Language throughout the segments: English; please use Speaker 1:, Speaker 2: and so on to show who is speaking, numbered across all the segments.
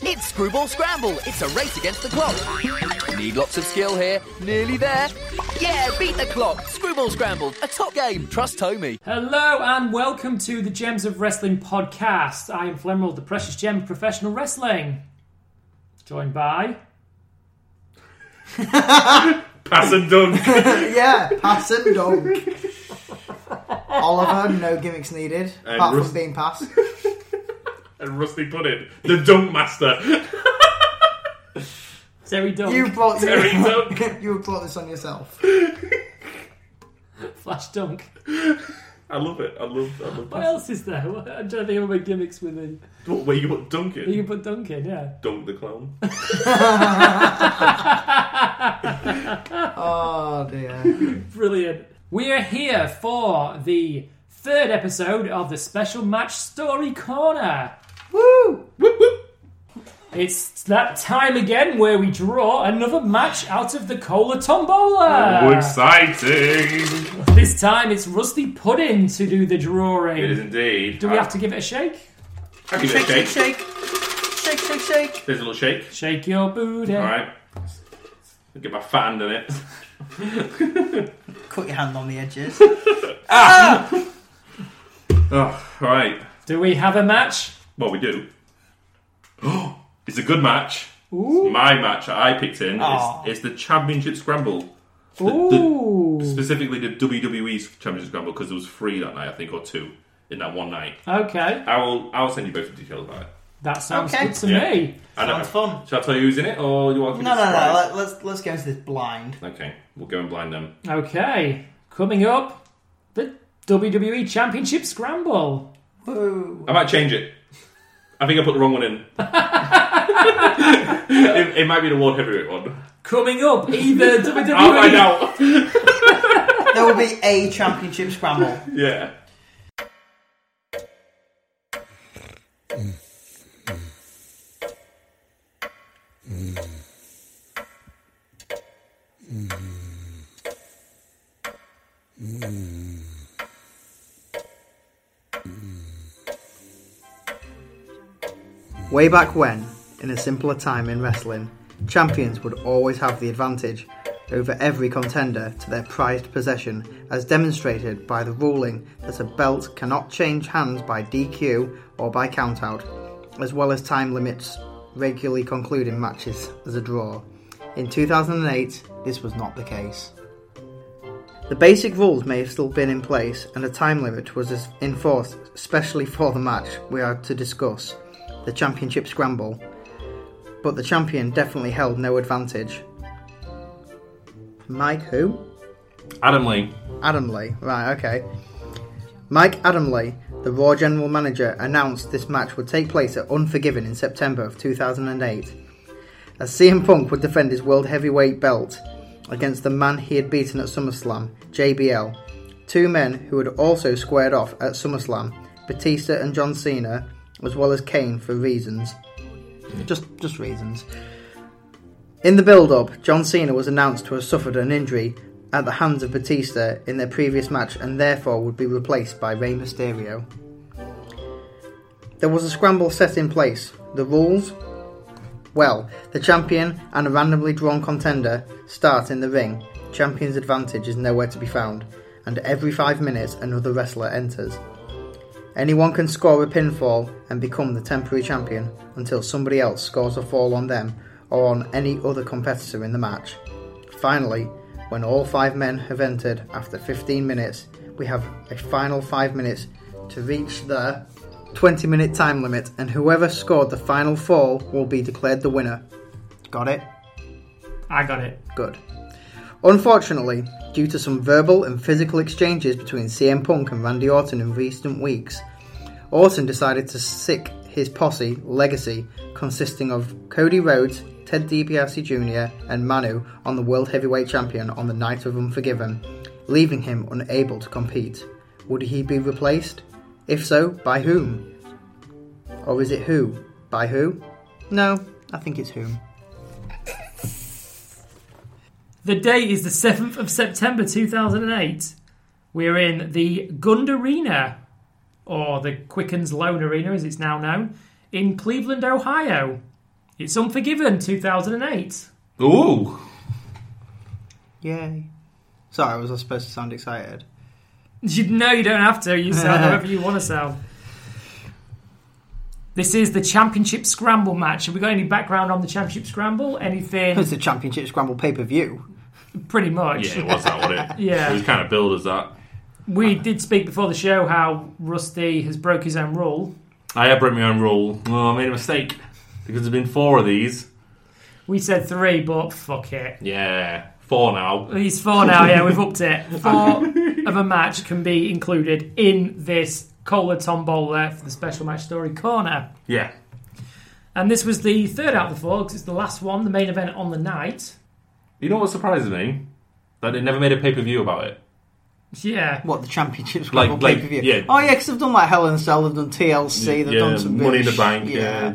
Speaker 1: It's Screwball Scramble. It's a race against the clock. Need lots of skill here. Nearly there. Yeah, beat the clock. Screwball Scramble. A top game. Trust Tommy.
Speaker 2: Hello and welcome to the Gems of Wrestling podcast. I am Flemerald, the precious gem of professional wrestling. Joined by.
Speaker 3: Pass and dunk.
Speaker 4: Yeah, pass and dunk. Oliver, no gimmicks needed,
Speaker 3: And
Speaker 4: apart
Speaker 3: Rus-
Speaker 4: from being passed.
Speaker 3: and Rusty Pudding, the dunk master.
Speaker 2: Terry Dunk,
Speaker 4: You brought
Speaker 3: Terry
Speaker 4: you,
Speaker 3: Dunk.
Speaker 4: you brought this on yourself.
Speaker 2: Flash Dunk.
Speaker 3: I love it. I love. I love.
Speaker 2: What
Speaker 3: Pass.
Speaker 2: else is there? What- I'm trying to think of my gimmicks with it.
Speaker 3: What, where you put dunk
Speaker 2: You Uh,
Speaker 3: it?
Speaker 2: can put Dunk in, yeah.
Speaker 3: Dunk the clown.
Speaker 4: Oh dear.
Speaker 2: Brilliant. We are here for the third episode of the special match story corner.
Speaker 4: Woo!
Speaker 2: It's that time again where we draw another match out of the Cola Tombola.
Speaker 3: Oh, exciting!
Speaker 2: This time it's Rusty Pudding to do the drawing.
Speaker 3: It is indeed.
Speaker 2: Do we have to give it a shake?
Speaker 3: I give it a shake?
Speaker 4: shake, shake, shake, shake.
Speaker 3: There's a little shake.
Speaker 2: Shake your booty.
Speaker 3: All right. Get my fat hand in it.
Speaker 4: Cut your hand on the edges.
Speaker 3: Oh, all right.
Speaker 2: Do we have a match?
Speaker 3: Well, we do. it's a good match.
Speaker 2: Ooh. Ah.
Speaker 3: My match that I picked in
Speaker 4: Aw.
Speaker 3: is, is the Championship Scramble. The- the-
Speaker 2: Ooh.
Speaker 3: specifically the WWE's Championship Scramble because there was three that night, I think, or two in that one night.
Speaker 2: Okay.
Speaker 3: I will. I will send you both the details about it.
Speaker 2: That sounds
Speaker 4: Okay.
Speaker 2: good to
Speaker 3: Yeah.
Speaker 2: me.
Speaker 3: I don't
Speaker 4: Sounds
Speaker 3: know.
Speaker 4: fun.
Speaker 3: Shall I tell you who's in it, or you want?
Speaker 4: No, no, no. Let, let's let's go into this blind.
Speaker 3: no. Okay, we'll go and blind them.
Speaker 2: Okay. Coming up, the WWE Championship Scramble.
Speaker 4: Woo!
Speaker 3: I might change it. I think I put the wrong one in. it, it might be the world heavyweight one.
Speaker 2: Coming up, either WWE.
Speaker 3: I'll find out.
Speaker 4: There will be a championship scramble.
Speaker 3: yeah.
Speaker 4: Way back when, in a simpler time in wrestling, champions would always have the advantage over every contender to their prized possession, as demonstrated by the ruling that a belt cannot change hands by DQ or by countout, as well as time limits regularly concluding matches as a draw. In 2008, this was not the case. The basic rules may have still been in place, and a time limit was as- enforced specially for the match we are to discuss the championship scramble, but the champion definitely held no advantage. Mike who?
Speaker 3: Adam Lee.
Speaker 4: Adam Lee. Right, okay. Mike Adam Lee, the Raw general manager, announced this match would take place at Unforgiven in September of 2008, as CM Punk would defend his World Heavyweight belt against the man he had beaten at SummerSlam, JBL. Two men who had also squared off at SummerSlam, Batista and John Cena, as well as Kane for reasons. Just, just reasons. In the build up, John Cena was announced to have suffered an injury at the hands of Batista in their previous match and therefore would be replaced by Rey Mysterio. There was a scramble set in place. The rules? Well, the champion and a randomly drawn contender start in the ring. Champion's advantage is nowhere to be found, and every five minutes another wrestler enters. Anyone can score a pinfall and become the temporary champion until somebody else scores a fall on them or on any other competitor in the match. Finally, when all five men have entered after 15 minutes, we have a final five minutes to reach the 20 minute time limit, and whoever scored the final fall will be declared the winner. Got it?
Speaker 2: I got it.
Speaker 4: Good. Unfortunately, due to some verbal and physical exchanges between CM Punk and Randy Orton in recent weeks, Orton decided to sick his posse legacy consisting of Cody Rhodes, Ted DiBiase Jr., and Manu on the World Heavyweight Champion on the night of Unforgiven, leaving him unable to compete. Would he be replaced? If so, by whom? Or is it who? By who? No, I think it's whom.
Speaker 2: The date is the 7th of September 2008. We're in the Gund Arena, or the Quickens Loan Arena as it's now known, in Cleveland, Ohio. It's Unforgiven 2008.
Speaker 3: Ooh.
Speaker 4: Yay. Sorry, was I supposed to sound excited?
Speaker 2: You, no, you don't have to. You sound however you want to sound. This is the Championship Scramble match. Have we got any background on the Championship Scramble? Anything?
Speaker 4: It's the Championship Scramble pay per view.
Speaker 2: Pretty much.
Speaker 3: Yeah, it was that, wasn't it?
Speaker 2: Yeah.
Speaker 3: It was kind of billed as that.
Speaker 2: We did speak before the show how Rusty has broke his own rule.
Speaker 3: I have broke my own rule. Oh, I made a mistake. Because there's been four of these.
Speaker 2: We said three, but fuck it.
Speaker 3: Yeah. Four now.
Speaker 2: He's four now, yeah, we've upped it. Four of a match can be included in this Cola Tombola for the special match story corner.
Speaker 3: Yeah.
Speaker 2: And this was the third out of the four, 'cause it's the last one, the main event on the night.
Speaker 3: You know what surprises me? That they never made a pay per view about it.
Speaker 2: Yeah.
Speaker 4: What the Championship Scramble
Speaker 3: like,
Speaker 4: pay per view?
Speaker 3: yeah.
Speaker 4: Oh yeah, because they've done like Hell in a Cell, they've done TLC, they've
Speaker 3: yeah,
Speaker 4: done some
Speaker 3: Money in the
Speaker 4: rubbish.
Speaker 3: Bank. Yeah.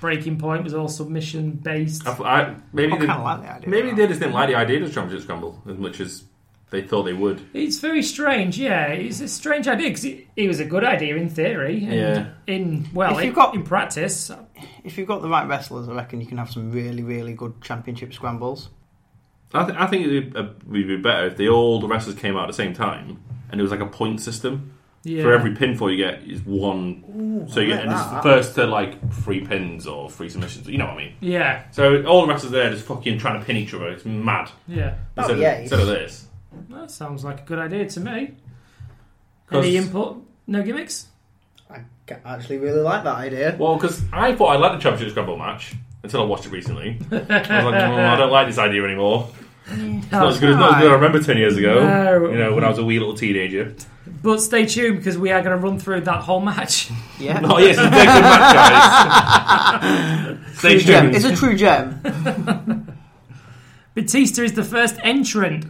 Speaker 2: Breaking Point was all submission based.
Speaker 3: I, I- maybe
Speaker 4: I
Speaker 3: they,
Speaker 4: kinda like the idea
Speaker 3: maybe
Speaker 4: of
Speaker 3: they just didn't like the idea of the Championship Scramble as much as they thought they would.
Speaker 2: It's very strange, yeah. It's a strange idea because it, it was a good idea in theory. And
Speaker 3: Yeah.
Speaker 2: In, well,
Speaker 4: If
Speaker 2: in,
Speaker 4: you've got-
Speaker 2: in practice,
Speaker 4: If you've got the right wrestlers, I reckon you can have some really, really good Championship Scrambles.
Speaker 3: I, th- I think it would be better if the all the wrestlers came out at the same time and it was like a point system.
Speaker 2: yeah.
Speaker 3: For every pinfall you get is one. so you get
Speaker 4: like
Speaker 3: and it's the
Speaker 4: that.
Speaker 3: first to like three pins or three submissions. You know what I mean?
Speaker 2: Yeah,
Speaker 3: So all the wrestlers there just fucking trying to pin each other. It's mad.
Speaker 2: yeah.
Speaker 4: Oh,
Speaker 3: instead,
Speaker 4: yeah,
Speaker 3: of, instead of this.
Speaker 2: That sounds like a good idea to me.
Speaker 3: 'Cause-
Speaker 2: Any input? No gimmicks?
Speaker 4: I ca- actually really like that idea.
Speaker 3: Well, because I thought I liked the Championship Scramble match until I watched it recently. I was like, "Mm, I don't like this idea anymore. It's not as good as, not as good as I remember 10 years ago.
Speaker 2: No.
Speaker 3: You know, when I was a wee little teenager.
Speaker 2: But stay tuned because we are going to run through that whole match.
Speaker 4: Yeah.
Speaker 3: Oh, yes, it's a very good match, guys. Stay
Speaker 4: True gem.
Speaker 3: tuned.
Speaker 4: It's a true gem.
Speaker 2: Batista is the first entrant.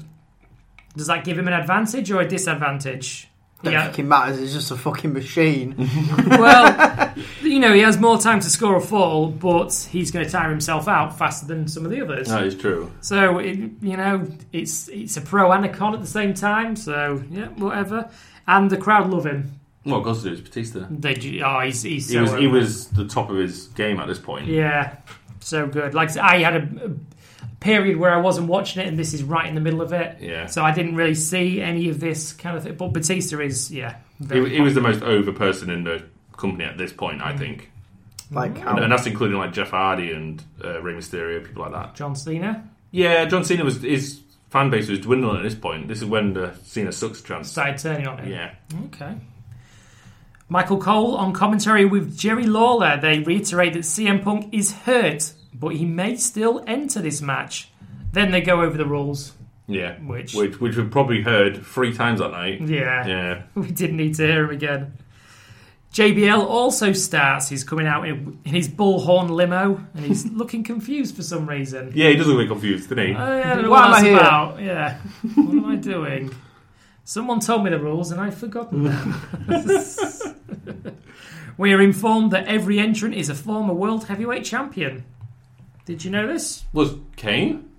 Speaker 2: Does that give him an advantage or a disadvantage?
Speaker 4: Don't
Speaker 2: Yeah.
Speaker 4: think it matters. It's just a fucking machine.
Speaker 2: Well, you know, he has more time to score a fall, but he's going to tire himself out faster than some of the others.
Speaker 3: That is true.
Speaker 2: So it, you know, it's it's a pro and a con at the same time. So yeah, whatever. And the crowd love him.
Speaker 3: Well, of course it is, Batista.
Speaker 2: They, ju- oh, he's he's so
Speaker 3: He was, he
Speaker 2: over.
Speaker 3: was the top of his game at this point.
Speaker 2: Yeah, so good. Like I said, I had a, a period where I wasn't watching it, and this is right in the middle of it.
Speaker 3: Yeah.
Speaker 2: So I didn't really see any of this kind of thing. But Batista is, yeah,
Speaker 3: He,
Speaker 2: very
Speaker 3: he was the most over person in the company at this point, I think.
Speaker 4: Like
Speaker 2: Oh.
Speaker 3: And,
Speaker 4: how?
Speaker 3: and that's including like Jeff Hardy and uh, Rey Mysterio, people like that.
Speaker 2: John Cena
Speaker 3: Yeah, John Cena was his fan base was dwindling at this point. This is when the Cena sucks chance.
Speaker 2: started turning on him.
Speaker 3: Yeah,
Speaker 2: Okay. Michael Cole on commentary with Jerry Lawler. They reiterate that CM Punk is hurt, but he may still enter this match. Then they go over the rules.
Speaker 3: yeah.
Speaker 2: Which-
Speaker 3: which which we probably heard three times that night.
Speaker 2: Yeah.
Speaker 3: Yeah,
Speaker 2: We didn't need to hear him again. JBL also starts. He's coming out in, in his bullhorn limo and he's looking confused for some reason.
Speaker 3: yeah. He does look a bit confused, doesn't he?
Speaker 2: I don't know
Speaker 4: Why
Speaker 2: what
Speaker 4: am
Speaker 2: that's
Speaker 4: I here?
Speaker 2: about. Yeah. what am I doing? Someone told me the rules and I've forgotten them. we are informed that every entrant is a former world heavyweight champion. Did you know this?
Speaker 3: was Kane?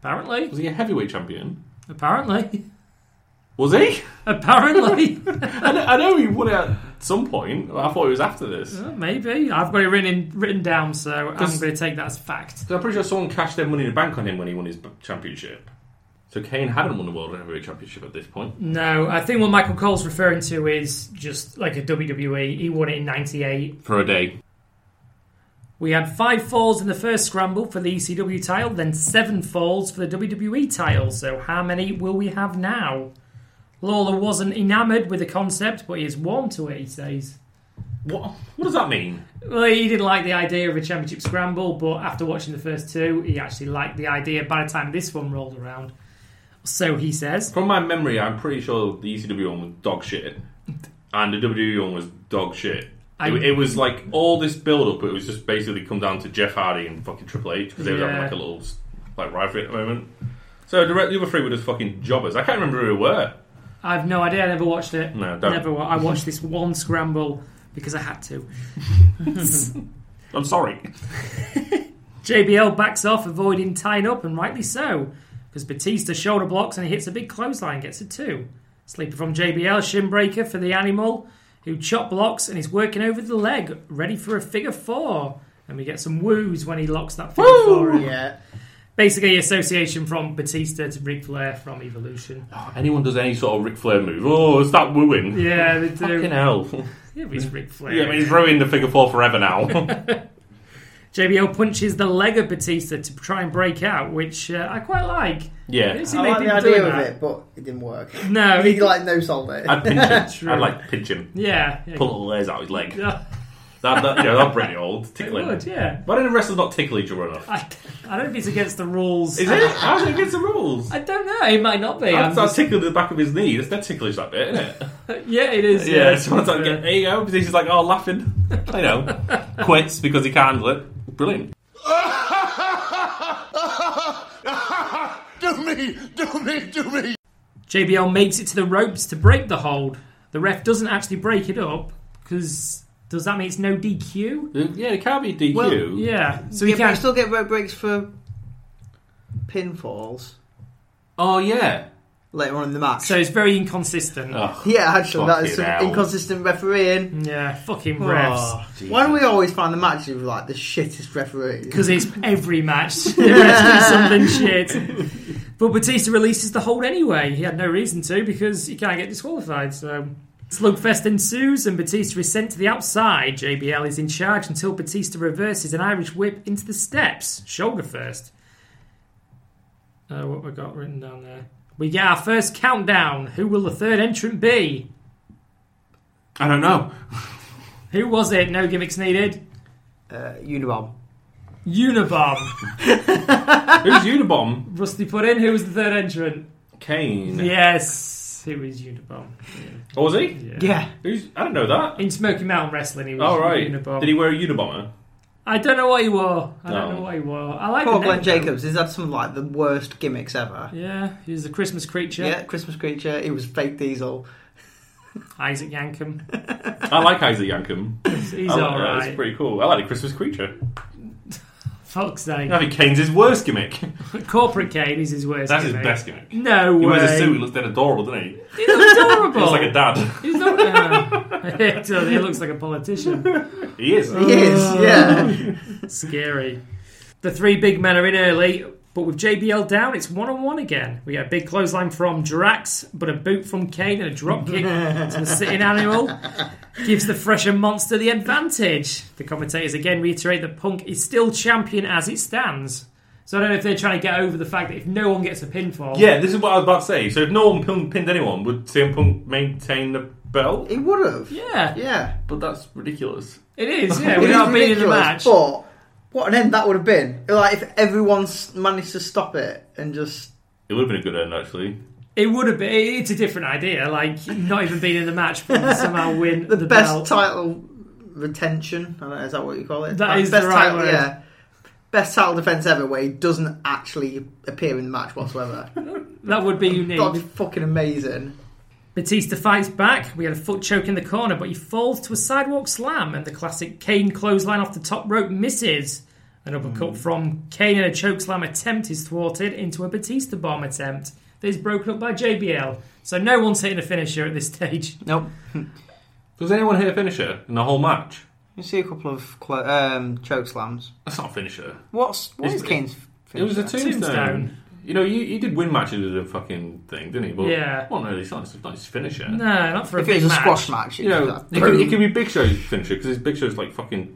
Speaker 2: Apparently.
Speaker 3: Was he a heavyweight champion?
Speaker 2: Apparently.
Speaker 3: Was he?
Speaker 2: Apparently.
Speaker 3: I know, I know he won it at some point. but I thought it was after this.
Speaker 2: Well, Maybe. I've got it written, written down, so I'm
Speaker 3: Does-
Speaker 2: going to take that as fact.
Speaker 3: 'Cause I'm pretty sure someone cashed their money in the bank on him when he won his b- championship. So Kane hadn't won the world heavyweight championship at this point.
Speaker 2: No, I think what Michael Cole's referring to is just like a WWE. He won it in 98.
Speaker 3: for a day.
Speaker 2: We had five falls in the first scramble for the ECW title, then seven falls for the WWE title. So, how many will we have now? Lawler wasn't enamoured with the concept, but he is warm to it, he says.
Speaker 3: What? What does that mean?
Speaker 2: Well, he didn't like the idea of a championship scramble, but after watching the first two, he actually liked the idea by the time this one rolled around. So he says.
Speaker 3: From my memory, I'm pretty sure the ECW one was dog shit, and the WWE one was dog shit.
Speaker 2: I-
Speaker 3: It, it was like all this build up. It was just basically come down to Jeff Hardy and fucking Triple H because they were having
Speaker 2: Yeah.
Speaker 3: like a little like rivalry at the moment. So the, re- the other three were just fucking jobbers. I can't remember who they were.
Speaker 2: I've no idea. I never watched it.
Speaker 3: No, don't.
Speaker 2: Never. wa- I watched this one scramble because I had to.
Speaker 3: I'm sorry.
Speaker 2: JBL backs off, avoiding tying up, and rightly so, because Batista shoulder blocks and he hits a big clothesline, gets a two. Sleeper from JBL, shin breaker for the animal, who chop blocks and is working over the leg, ready for a figure four. And we get some woos when he locks that figure for him.
Speaker 4: Yeah.
Speaker 2: Basically, association from Batista to Ric Flair from Evolution.
Speaker 3: Oh, Anyone does any sort of Ric Flair move, oh, it's that wooing.
Speaker 2: Yeah, they
Speaker 3: Fucking
Speaker 2: do.
Speaker 3: hell.
Speaker 2: Yeah, but it's Ric Flair.
Speaker 3: yeah, I mean, he's ruined the figure four forever now.
Speaker 2: JBL punches the leg of Batista to try and break out, which uh, I quite like. I
Speaker 3: yeah.
Speaker 2: don't see
Speaker 4: I
Speaker 2: many
Speaker 4: like the
Speaker 2: people
Speaker 4: idea
Speaker 2: doing
Speaker 4: of
Speaker 2: that.
Speaker 4: it, but it didn't work.
Speaker 2: No,
Speaker 4: he
Speaker 2: it-
Speaker 4: like no sold it.
Speaker 3: I'd pinch him.
Speaker 2: True.
Speaker 3: I'd like pinch him.
Speaker 2: yeah, yeah.
Speaker 3: Pull little layers out of his leg.
Speaker 2: Yeah,
Speaker 3: That, that, you know, that'd bring it all.
Speaker 2: it
Speaker 3: Tickling.
Speaker 2: would, yeah.
Speaker 3: Why didn't wrestlers not tickle each other enough?
Speaker 2: I, I don't think it's against the rules.
Speaker 3: Is it? How's it against the rules?
Speaker 2: I don't know. It might not be. I'm
Speaker 3: That's
Speaker 2: just-
Speaker 3: just... tickling the back of his knee. That's that ticklish, that bit, isn't it?
Speaker 2: yeah, it is.
Speaker 3: Yeah,
Speaker 2: Yeah,
Speaker 3: so it's like, there you go. He's like, oh, laughing. I know. Quits because he can't handle it. Brilliant.
Speaker 2: JBL makes it to the ropes to break the hold. The ref doesn't actually break it up because does that mean it's no DQ?
Speaker 3: Yeah, it can't be DQ.
Speaker 4: Well,
Speaker 2: Yeah, so
Speaker 4: yeah,
Speaker 2: he
Speaker 4: but you
Speaker 2: can't.
Speaker 4: still get road breaks for pinfalls
Speaker 3: Oh, yeah.
Speaker 4: later on in the match.
Speaker 2: So it's very inconsistent.
Speaker 3: Oh,
Speaker 4: yeah, actually, that is
Speaker 3: Fucking
Speaker 4: some
Speaker 3: hell.
Speaker 4: inconsistent refereeing.
Speaker 2: Yeah, fucking refs.
Speaker 4: Oh. Why do we always find the matches with like the shittest referees?
Speaker 2: Because it's every match the refs do something shit. But Batista releases the hold anyway. He had no reason to because he can't get disqualified. So slugfest ensues, and Batista is sent to the outside. JBL is in charge until Batista reverses an Irish whip into the steps, shoulder first. Uh, what we got written down there? We get our first countdown. Who will the third entrant be?
Speaker 3: I don't know.
Speaker 2: Who was it? No gimmicks needed.
Speaker 4: Uh, Unibomb.
Speaker 2: Unibomb.
Speaker 3: Who's Unibomb?
Speaker 2: Rusty put in. Who was the third entrant?
Speaker 3: Kane.
Speaker 2: Yes, it was Unibomb.
Speaker 3: Or was he?
Speaker 2: Yeah.
Speaker 4: Yeah.
Speaker 3: Who's? I don't know that.
Speaker 2: In Smoky Mountain Wrestling, he was
Speaker 3: All right.
Speaker 2: Unibomb.
Speaker 3: Did he wear a Unibomber?
Speaker 2: I don't know what he wore. I don't
Speaker 3: No.
Speaker 2: know what he wore. I like the
Speaker 4: Poor
Speaker 2: name,
Speaker 4: Glenn
Speaker 2: though.
Speaker 4: Jacobs. He's had some of like the worst gimmicks ever.
Speaker 2: Yeah, he was a Christmas creature.
Speaker 4: Yeah, Christmas creature. He was fake diesel.
Speaker 2: Isaac Yankum.
Speaker 3: I like Isaac Yankum.
Speaker 2: He's
Speaker 3: I like-
Speaker 2: all
Speaker 3: Oh, yeah,
Speaker 2: right.
Speaker 3: It's pretty cool. I like the Christmas creature.
Speaker 2: Fuck's sake.
Speaker 3: I think Kane's his worst gimmick.
Speaker 2: Corporate Kane is his worst.
Speaker 3: That's his
Speaker 2: gimmick.
Speaker 3: best gimmick.
Speaker 2: No
Speaker 3: He
Speaker 2: way.
Speaker 3: wears a suit. He looks dead adorable, doesn't he?
Speaker 2: He looks adorable.
Speaker 3: Looks like a dad.
Speaker 2: He's not. Yeah. He does, he looks like a politician.
Speaker 3: He is.
Speaker 4: He
Speaker 2: Oh.
Speaker 4: is, yeah.
Speaker 2: Scary. The three big men are in early, but with JBL down, it's one on one again. We get a big clothesline from Drax, but a boot from Kane and a drop kick to the sitting animal gives the fresher monster the advantage. The commentators again reiterate that Punk is still champion as it stands. So I don't know if they're trying to get over the fact that if no one gets a pinfall,
Speaker 3: Yeah, this is what I was about to say. So if no one pin- pinned anyone, would CM Punk maintain the belt?
Speaker 4: he would have.
Speaker 2: yeah,
Speaker 4: Yeah.
Speaker 3: But that's ridiculous.
Speaker 2: it is. Yeah,
Speaker 4: It is
Speaker 2: without being in the
Speaker 4: ridiculous,
Speaker 2: match,
Speaker 4: But what an end that would have been. Like if everyone s- managed to stop it and just.
Speaker 3: It would have been a good end, actually.
Speaker 2: it would have been. It's a different idea. Like not even being in the match, but somehow win
Speaker 4: The,
Speaker 2: the,
Speaker 4: best
Speaker 2: belt.
Speaker 4: title retention. I don't know, is that what you call it?
Speaker 2: That
Speaker 4: Like,
Speaker 2: is the
Speaker 4: best
Speaker 2: right
Speaker 4: title,
Speaker 2: word.
Speaker 4: Yeah. Best title defense ever, where he doesn't actually appear in the match whatsoever.
Speaker 2: That would be unique.
Speaker 4: That'd be fucking amazing.
Speaker 2: Batista fights back. We had a foot choke in the corner, but he falls to a sidewalk slam, and the classic Kane clothesline off the top rope misses. An
Speaker 4: Hmm.
Speaker 2: uppercut from Kane and a choke slam attempt is thwarted into a Batista bomb attempt that is broken up by JBL. So no one's hitting a finisher at this stage.
Speaker 4: Nope.
Speaker 3: Does anyone hit a finisher in the whole match?
Speaker 4: You see a couple of clo- um, choke slams.
Speaker 3: That's not a finisher.
Speaker 4: What's what
Speaker 3: Is
Speaker 4: is
Speaker 3: it-
Speaker 4: Kane's?
Speaker 3: It was a
Speaker 4: finisher?
Speaker 3: tombstone.
Speaker 2: Tombstone.
Speaker 3: You know, you, you did win matches with a fucking thing, didn't he? But,
Speaker 2: Yeah.
Speaker 3: Well, no, it's not, it's not his finisher.
Speaker 2: No, not for a
Speaker 4: If it
Speaker 2: big
Speaker 4: was a
Speaker 2: match.
Speaker 4: squash match, it
Speaker 3: You know,
Speaker 4: was
Speaker 3: it
Speaker 4: like,
Speaker 3: could, it
Speaker 4: boom.
Speaker 3: could be Big Show's finisher because his Big Show's like fucking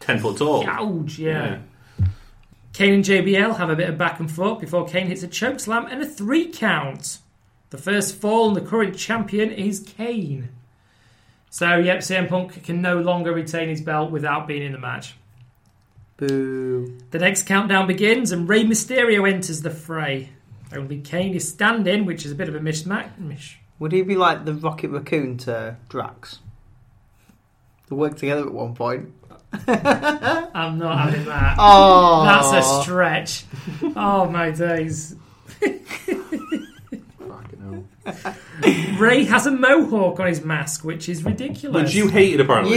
Speaker 3: 10 foot tall.
Speaker 2: Ouch, yeah. Kane and JBL have a bit of back and forth before Kane hits a choke slam and a three count. The first fall and the current champion is Kane. So, yep, CM Punk can no longer retain his belt without being in the match.
Speaker 4: Boo.
Speaker 2: The next countdown begins and Rey Mysterio enters the fray. Only Kane is standing, which is a bit of a mismatch. Mish.
Speaker 4: Would he be like the Rocket Raccoon to Drax? They worked together at one point.
Speaker 2: I'm not having that.
Speaker 4: Oh,
Speaker 2: That's a stretch. Oh my days. Ray has a mohawk on his mask, which is ridiculous.
Speaker 3: Which you hated, apparently.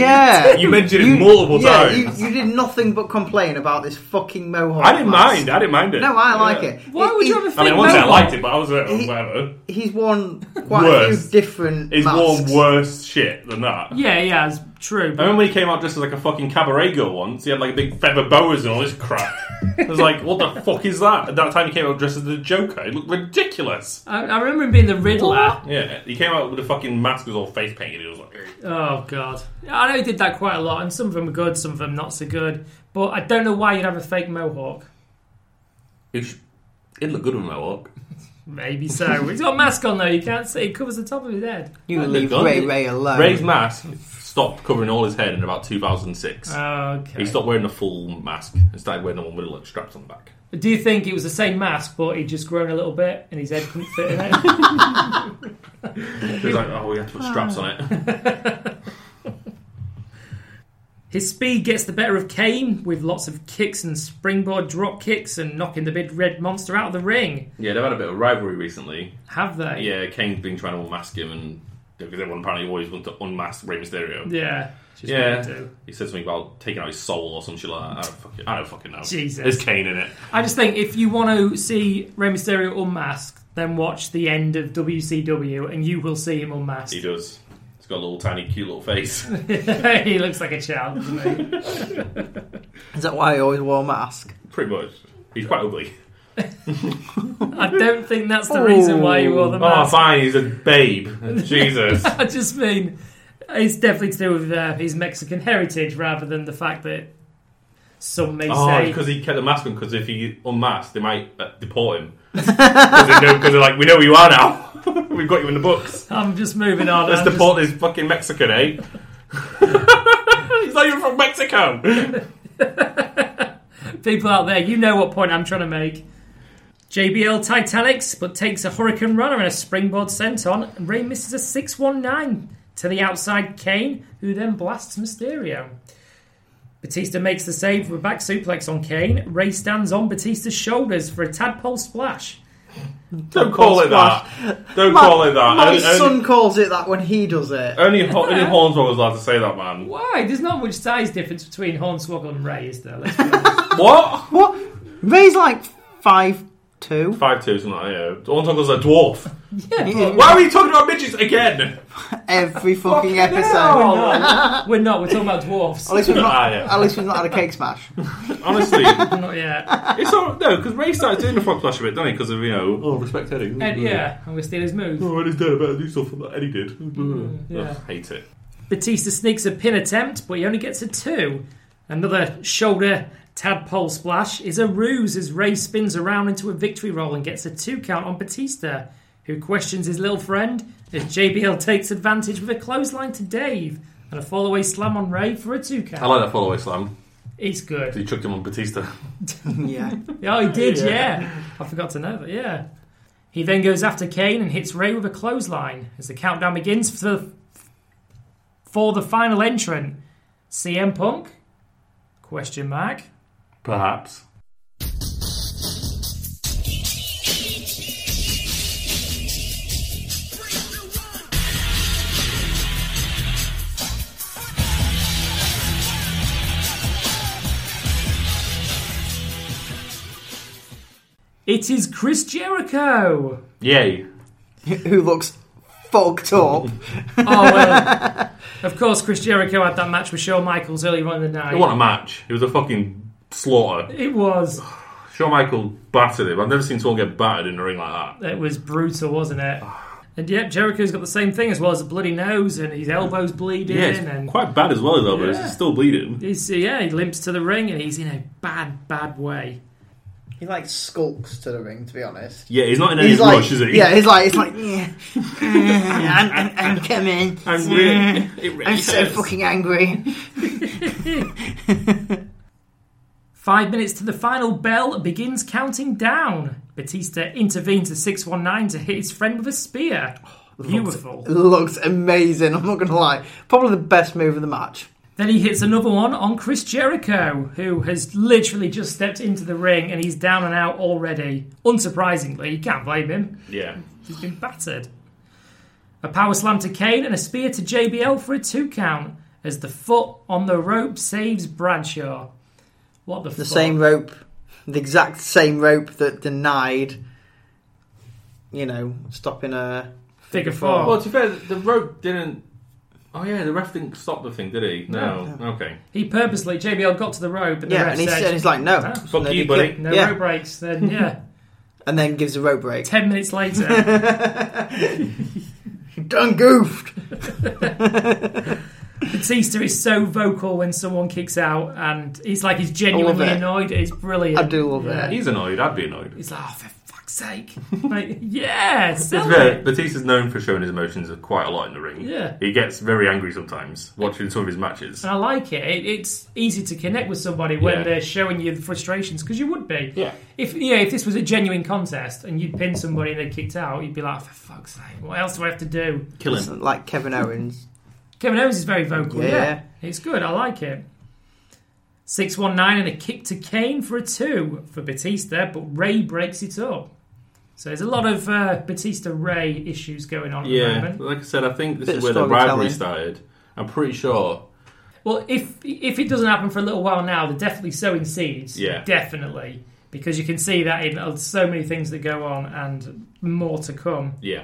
Speaker 4: Yeah.
Speaker 3: You mentioned it multiple
Speaker 4: yeah,
Speaker 3: times.
Speaker 4: You, you did nothing but complain about this fucking mohawk.
Speaker 3: I didn't
Speaker 4: mask.
Speaker 3: mind. I didn't mind it.
Speaker 4: No, I like
Speaker 3: Yeah.
Speaker 4: it.
Speaker 2: Why
Speaker 4: He-
Speaker 2: would you
Speaker 4: he-
Speaker 2: have a fake
Speaker 3: I mean, once I
Speaker 2: mohawk?
Speaker 3: liked it, but I was like, oh, whatever.
Speaker 4: He's worn quite a
Speaker 3: Worse.
Speaker 4: few different
Speaker 3: He's
Speaker 4: masks.
Speaker 3: worn worse shit than that.
Speaker 2: Yeah, he has. True.
Speaker 3: I
Speaker 2: But
Speaker 3: remember he came out dressed as like a fucking cabaret girl once. He had like big feather boas and all this crap. I was like, what the fuck is that? At that time, he came out dressed as the Joker. It looked ridiculous.
Speaker 2: I, I remember him being the Riddler.
Speaker 3: Yeah, he came out with a fucking mask that was all face painted. It was like,
Speaker 2: Oh god, I know he did that quite a lot, and some of them are good, some of them not so good. But I don't know why you'd have a fake mohawk.
Speaker 3: it, sh- it looked good with my walk.
Speaker 2: Maybe so. He's got a mask on though. You can't see. It covers the top of his head.
Speaker 4: You
Speaker 3: And
Speaker 4: leave
Speaker 3: they've done
Speaker 4: Ray
Speaker 3: it.
Speaker 4: Ray alone.
Speaker 3: Ray's mask stopped covering all his head in about 2006.
Speaker 2: Okay.
Speaker 3: He stopped wearing the full mask and started wearing the one with the little straps on the back.
Speaker 2: Do you think it was the same mask, but he'd just grown a little bit and his head couldn't fit in it?
Speaker 3: He was like, oh, we had to put straps on it.
Speaker 2: His speed gets the better of Kane with lots of kicks and springboard drop kicks and knocking the big red monster out of the ring.
Speaker 3: yeah, they've had a bit of rivalry recently.
Speaker 2: Have they?
Speaker 3: Yeah, Kane's been trying to unmask him, and because everyone apparently always wants to unmask Rey Mysterio.
Speaker 2: Yeah. Just what
Speaker 3: Yeah.
Speaker 2: they do.
Speaker 3: He said something about taking out his soul or some shit like that. I don't fucking, I don't fucking know.
Speaker 2: Jesus.
Speaker 3: There's Kane in it.
Speaker 2: I just think if you want to see Rey Mysterio unmasked, then watch the end of WCW and you will see him unmasked.
Speaker 3: He does. He's got a little tiny, cute little face.
Speaker 2: he looks like a child. Doesn't he?
Speaker 4: Is that why I always wore a mask?
Speaker 3: Pretty much. He's quite ugly.
Speaker 2: I don't think that's the reason why he wore the
Speaker 3: Oh,
Speaker 2: mask.
Speaker 3: fine. He's a babe. Jesus.
Speaker 2: I just mean it's definitely to do with uh, his Mexican heritage rather than the fact that some may
Speaker 3: Oh,
Speaker 2: say
Speaker 3: because he kept the mask on. Because if he unmasked, they might uh, deport him. Because they know, because they're like, we know who you are now. We've got you in the books.
Speaker 2: I'm just moving on.
Speaker 3: Let's
Speaker 2: I'm just-
Speaker 3: deport this fucking Mexican, eh? He's not even from Mexico.
Speaker 2: people out there, you know what point I'm trying to make. JBL Titanics, but takes a Hurricane Runner and a springboard sent on. And Ray misses a 619 to the outside Kane, who then blasts Mysterio. Batista makes the save with a back suplex on Kane. Ray stands on Batista's shoulders for a tadpole splash.
Speaker 3: Don't call it that. Don't call it that.
Speaker 4: My
Speaker 3: Only-
Speaker 4: son calls it that when he does it.
Speaker 3: Only, only, Ho- only Hornswoggle was allowed to say that, man.
Speaker 2: Why? There's not much size difference between Hornswoggle and Ray, is there? Let's be honest.
Speaker 3: What?
Speaker 4: What? Ray's like five two.
Speaker 3: Five two, something like that. Yeah. Hornswoggle's a dwarf.
Speaker 2: yeah, but
Speaker 3: Why are we talking about bitches again?
Speaker 4: Every fucking
Speaker 3: Fucking
Speaker 4: episode.
Speaker 3: hell.
Speaker 2: we're not. We're not. We're talking about dwarfs.
Speaker 4: At least we've not.
Speaker 3: Ah, yeah.
Speaker 4: At least we've not had a cake smash.
Speaker 3: Honestly,
Speaker 2: Not yet.
Speaker 3: it's all no because Ray started doing the frog splash a bit, don't he? Because of you know, oh respect Eddie.
Speaker 2: And yeah, I'm gonna steal his move.
Speaker 3: Oh, Eddie's dead. I better do stuff like Eddie did.
Speaker 2: yeah.
Speaker 3: Ugh, hate it.
Speaker 2: Batista sneaks a pin attempt, but he only gets a two. Another shoulder tadpole splash is a ruse as Ray spins around into a victory roll and gets a two count on Batista, who questions his little friend as JBL takes advantage with a clothesline to Dave and a fallaway slam on Ray for a two
Speaker 3: I
Speaker 2: count.
Speaker 3: like that follow slam.
Speaker 2: He's good.
Speaker 3: He chucked him on Batista.
Speaker 4: yeah.
Speaker 2: Oh, he did, yeah. I forgot to know that, yeah. He then goes after Kane and hits Ray with a clothesline as the countdown begins for the, for the final entrant. CM Punk? Question mark.
Speaker 3: Perhaps.
Speaker 2: It is Chris Jericho.
Speaker 3: Yay.
Speaker 4: Who looks fogged up?
Speaker 2: Oh well. of course, Chris Jericho had that match with Shawn Michaels earlier on in the night.
Speaker 3: It wasn't a match. It was a fucking slaughter.
Speaker 2: It was.
Speaker 3: Shawn Michael battered him. I've never seen someone get battered in a ring like that.
Speaker 2: It was brutal, wasn't it?
Speaker 3: Ah.
Speaker 2: And yet, Jericho's got the same thing as well as a bloody nose and his elbows bleeding
Speaker 3: Yeah, it's
Speaker 2: and
Speaker 3: quite bad as well though, but
Speaker 2: Yeah.
Speaker 3: it's still bleeding.
Speaker 2: he's uh, yeah he limps to the ring and he's in a bad bad way.
Speaker 4: He like skulks to the ring. To be honest.
Speaker 3: Yeah, he's not in any
Speaker 4: like,
Speaker 3: rush, is he?
Speaker 4: yeah, he's like, it's like, yeah, I'm, I'm, I'm coming.
Speaker 3: I'm really, it really
Speaker 4: I'm so
Speaker 3: hurts.
Speaker 4: fucking angry.
Speaker 2: Five minutes to the final bell begins counting down. Batista intervenes at 619 to hit his friend with a spear. Beautiful.
Speaker 4: Looks amazing. I'm not gonna lie. Probably the best move of the match.
Speaker 2: Then he hits another one on Chris Jericho, who has literally just stepped into the ring and he's down and out already. Unsurprisingly, you can't blame him.
Speaker 3: Yeah.
Speaker 2: He's been battered. A power slam to Kane and a spear to JBL for a two count as the foot on the rope saves Bradshaw. What the,
Speaker 4: The same rope, the exact same rope that denied, you know, stopping a
Speaker 2: figure four.
Speaker 3: to be fair, the rope didn't Oh yeah, the ref didn't stop the thing, did he? No. Okay.
Speaker 2: He purposely JBL got to the rope, but the
Speaker 4: Yeah,
Speaker 2: ref
Speaker 4: and he's,
Speaker 2: said,
Speaker 4: and he's like, no.
Speaker 2: Huh?
Speaker 3: Fuck
Speaker 4: No,
Speaker 3: you,
Speaker 4: they
Speaker 3: buddy.
Speaker 4: click.
Speaker 2: "No
Speaker 4: yeah.
Speaker 2: rope breaks." Then yeah,
Speaker 4: And then gives a rope break.
Speaker 2: ten minutes later,
Speaker 4: Done goofed.
Speaker 2: Batista is so vocal when someone kicks out, and he's like he's genuinely
Speaker 4: it.
Speaker 2: annoyed. It's brilliant.
Speaker 4: I do love it.
Speaker 3: He's annoyed. I'd be annoyed.
Speaker 2: He's like, "Oh, for fuck's sake!" like, yeah,
Speaker 3: It's
Speaker 2: sell
Speaker 3: fair.
Speaker 2: it.
Speaker 3: Batista's known for showing his emotions quite a lot in the ring.
Speaker 2: Yeah.
Speaker 3: He gets very angry sometimes watching some of his matches.
Speaker 2: And I like it. it. It's easy to connect with somebody when
Speaker 3: Yeah.
Speaker 2: they're showing you the frustrations because you would be.
Speaker 3: Yeah.
Speaker 2: If yeah, if this was a genuine contest and you'd pinned somebody and they kicked out, you'd be like, "Oh, "For fuck's sake, what else do I have to do?"
Speaker 3: Kill
Speaker 4: It's
Speaker 3: him.
Speaker 4: Like Kevin Owens.
Speaker 2: Kevin Owens is very vocal. Yeah.
Speaker 4: Yeah.
Speaker 2: It's good. I like it. 619 and a kick to Kane for a two for Batista, but Ray breaks it up. So there's a lot of uh, Batista Ray issues going on at the
Speaker 3: Yeah.
Speaker 2: moment.
Speaker 3: Like I said, I think this
Speaker 4: Bit
Speaker 3: is
Speaker 4: of
Speaker 3: where the
Speaker 4: storytelling.
Speaker 3: rivalry started. I'm pretty sure.
Speaker 2: Well, if if it doesn't happen for a little while now, they're definitely sowing seeds.
Speaker 3: Yeah.
Speaker 2: Definitely. Because you can see that in uh, so many things that go on and more to come.
Speaker 3: Yeah.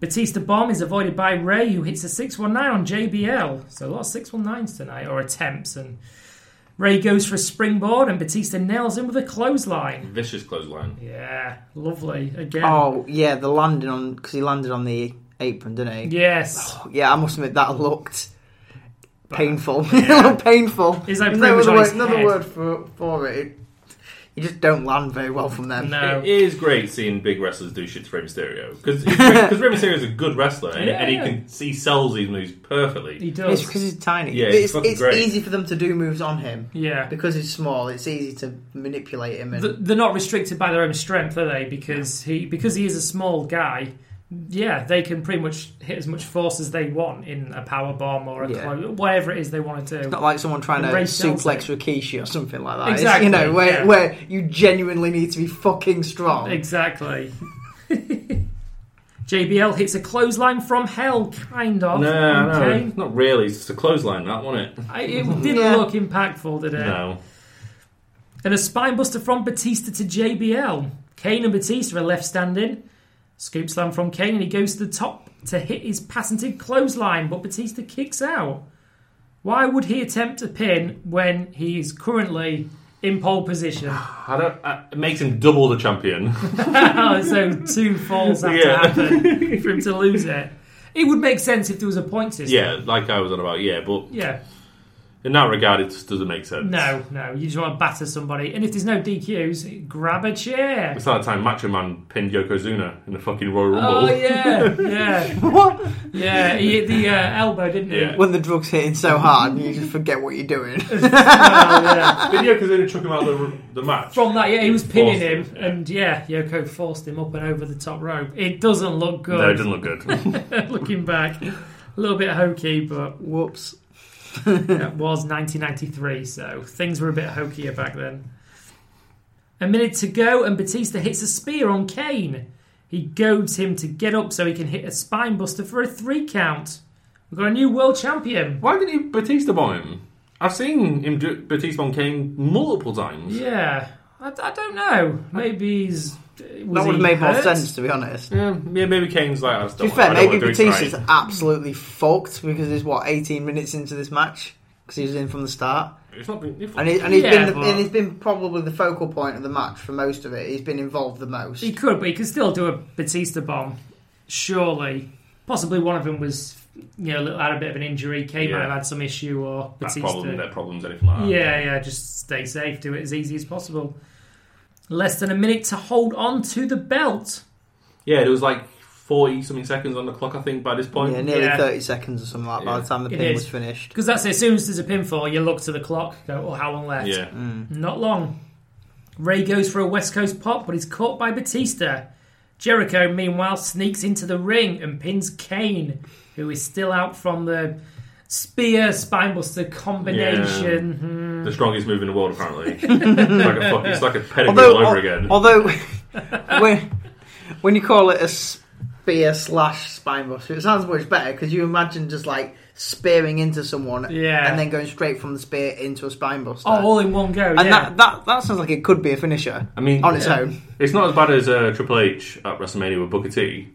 Speaker 2: Batista bomb is avoided by Ray, who hits a 619 on JBL. So a lot of 619s tonight, or attempts. And Ray goes for a springboard, and Batista nails him with a clothesline.
Speaker 3: Vicious clothesline.
Speaker 2: Yeah, lovely. Again.
Speaker 4: Oh, yeah, the landing on. Because he landed on the apron, didn't he?
Speaker 2: Yes.
Speaker 4: Yeah, I must admit that looked painful. it looked painful.
Speaker 2: It's like
Speaker 4: no
Speaker 2: pretty much
Speaker 4: other
Speaker 2: on
Speaker 4: word,
Speaker 2: his
Speaker 4: another
Speaker 2: head.
Speaker 4: word for, for it. You just don't land very well from them.
Speaker 2: No.
Speaker 3: It is great seeing big wrestlers do shit to Rey Mysterio because Rey Mysterio is a good wrestler and,
Speaker 2: Yeah,
Speaker 3: and he
Speaker 2: yeah.
Speaker 3: can see sells these moves perfectly.
Speaker 2: He
Speaker 4: It's
Speaker 2: does.
Speaker 4: because he's tiny.
Speaker 3: Yeah, he's
Speaker 4: it's
Speaker 3: fucking great.
Speaker 4: easy for them to do moves on him
Speaker 2: Yeah.
Speaker 4: because he's small. It's easy to manipulate him. And
Speaker 2: Th- they're not restricted by their own strength, are they? Because he because he is a small guy. Yeah, they can pretty much hit as much force as they want in a power bomb or a
Speaker 4: Yeah.
Speaker 2: clo- whatever it is they want to do.
Speaker 4: not like someone trying to
Speaker 2: Ray sells
Speaker 4: suplex
Speaker 2: it.
Speaker 4: Rikishi or something like that.
Speaker 2: Exactly,
Speaker 4: It's, you know, where,
Speaker 2: yeah.
Speaker 4: where you genuinely need to be fucking strong.
Speaker 2: Exactly. JBL hits a clothesline from hell, kind of.
Speaker 3: No, no,
Speaker 2: okay.
Speaker 3: it's not really. It's just a clothesline, that wasn't it?
Speaker 2: I, it didn't
Speaker 4: Yeah.
Speaker 2: look impactful, did it?
Speaker 3: No,
Speaker 2: And a spinebuster from Batista to JBL. Kane and Batista are left standing. Scoop slam from Kane, and he goes to the top to hit his patented clothesline, but Batista kicks out. Why would he attempt a pin when he is currently in pole position?
Speaker 3: I don't. I, it makes him double the champion.
Speaker 2: Oh, so two falls have
Speaker 3: Yeah.
Speaker 2: to happen for him to lose it. It would make sense if there was a point system.
Speaker 3: yeah, like I was on about. Yeah, but
Speaker 2: Yeah.
Speaker 3: in that regard, it just doesn't make sense.
Speaker 2: No, no. You just want to batter somebody, and if there's no DQs, grab a chair.
Speaker 3: It's not that time Macho Man pinned Yokozuna in the fucking Royal Rumble.
Speaker 2: Oh yeah, yeah.
Speaker 4: What?
Speaker 2: Yeah, he hit the uh, elbow, didn't he?
Speaker 3: Yeah.
Speaker 4: when the drug's hitting so hard, you just forget what you're doing.
Speaker 2: Well, Oh, yeah.
Speaker 3: Did Yokozuna chuck him out of the, the match?
Speaker 2: From that, yeah, he was pinning
Speaker 3: Forced
Speaker 2: him, and yeah, Yoko forced him up and over the top rope. It doesn't look
Speaker 3: no, it
Speaker 2: good
Speaker 3: doesn't look good.
Speaker 2: looking back. A little bit hokey, but
Speaker 4: Whoops.
Speaker 2: it was 1993, so things were a bit hokier back then. A minute to go, and Batista hits a spear on Kane. He goads him to get up so he can hit a spine buster for a three count. We've got a new world champion.
Speaker 3: Why did he Batista bomb him? I've seen him do Batista bomb Kane multiple times.
Speaker 2: Yeah, I, I don't know. Maybe he's.
Speaker 4: That would have made more
Speaker 2: hurt?
Speaker 4: sense, to be honest.
Speaker 3: Yeah, yeah, maybe Kane's like, I just
Speaker 4: To
Speaker 3: don't
Speaker 4: be
Speaker 3: want-
Speaker 4: fair,
Speaker 3: Oh, I don't
Speaker 4: maybe
Speaker 3: want to do it
Speaker 4: Batista's
Speaker 3: right.
Speaker 4: absolutely fucked because he's what 18 minutes into this match because he was in from the start,
Speaker 3: It's not been, it's
Speaker 4: and, he, and he's
Speaker 2: Yeah,
Speaker 4: been the,
Speaker 2: but-
Speaker 4: and he's been probably the focal point of the match for most of it. He's been involved the most.
Speaker 2: He could, but he could still do a Batista bomb, surely. Possibly one of them was, you know, had a bit of an injury. Kane might
Speaker 3: Yeah.
Speaker 2: have had some issue or
Speaker 3: that
Speaker 2: Batista.
Speaker 3: problem, their problems, anything like that.
Speaker 2: Yeah, yeah, just stay safe, do it as easy as possible. Less than a minute to hold on to the belt.
Speaker 3: Yeah, there was like 40 something seconds on the clock, I think, by this point.
Speaker 4: Yeah, nearly
Speaker 2: Yeah.
Speaker 4: 30 seconds or something like that by the time the
Speaker 2: It
Speaker 4: pin
Speaker 2: is.
Speaker 4: was finished.
Speaker 2: Because that's it, as soon as there's a pinfall, you look to the clock, go, oh, how long left?
Speaker 3: Yeah.
Speaker 2: Not long. Ray goes for a West Coast pop, but he's caught by Batista. Jericho, meanwhile, sneaks into the ring and pins Kane, who is still out from the spear spinebuster combination. Hmm.
Speaker 3: The strongest move in the world, apparently. it's like a, fuck, it's like a pedigree all over
Speaker 4: al-
Speaker 3: again.
Speaker 4: although uh, when when you call it a spear slash spine buster, it sounds much better because you imagine just like spearing into someone
Speaker 2: Yeah.
Speaker 4: and then going straight from the spear into a spine buster.
Speaker 2: Oh, all in one go,
Speaker 4: and
Speaker 2: yeah.
Speaker 4: that, that that sounds like it could be a finisher
Speaker 3: I mean,
Speaker 4: on its
Speaker 3: yeah.
Speaker 4: own.
Speaker 3: It's not as bad as uh, Triple H at WrestleMania with Booker T.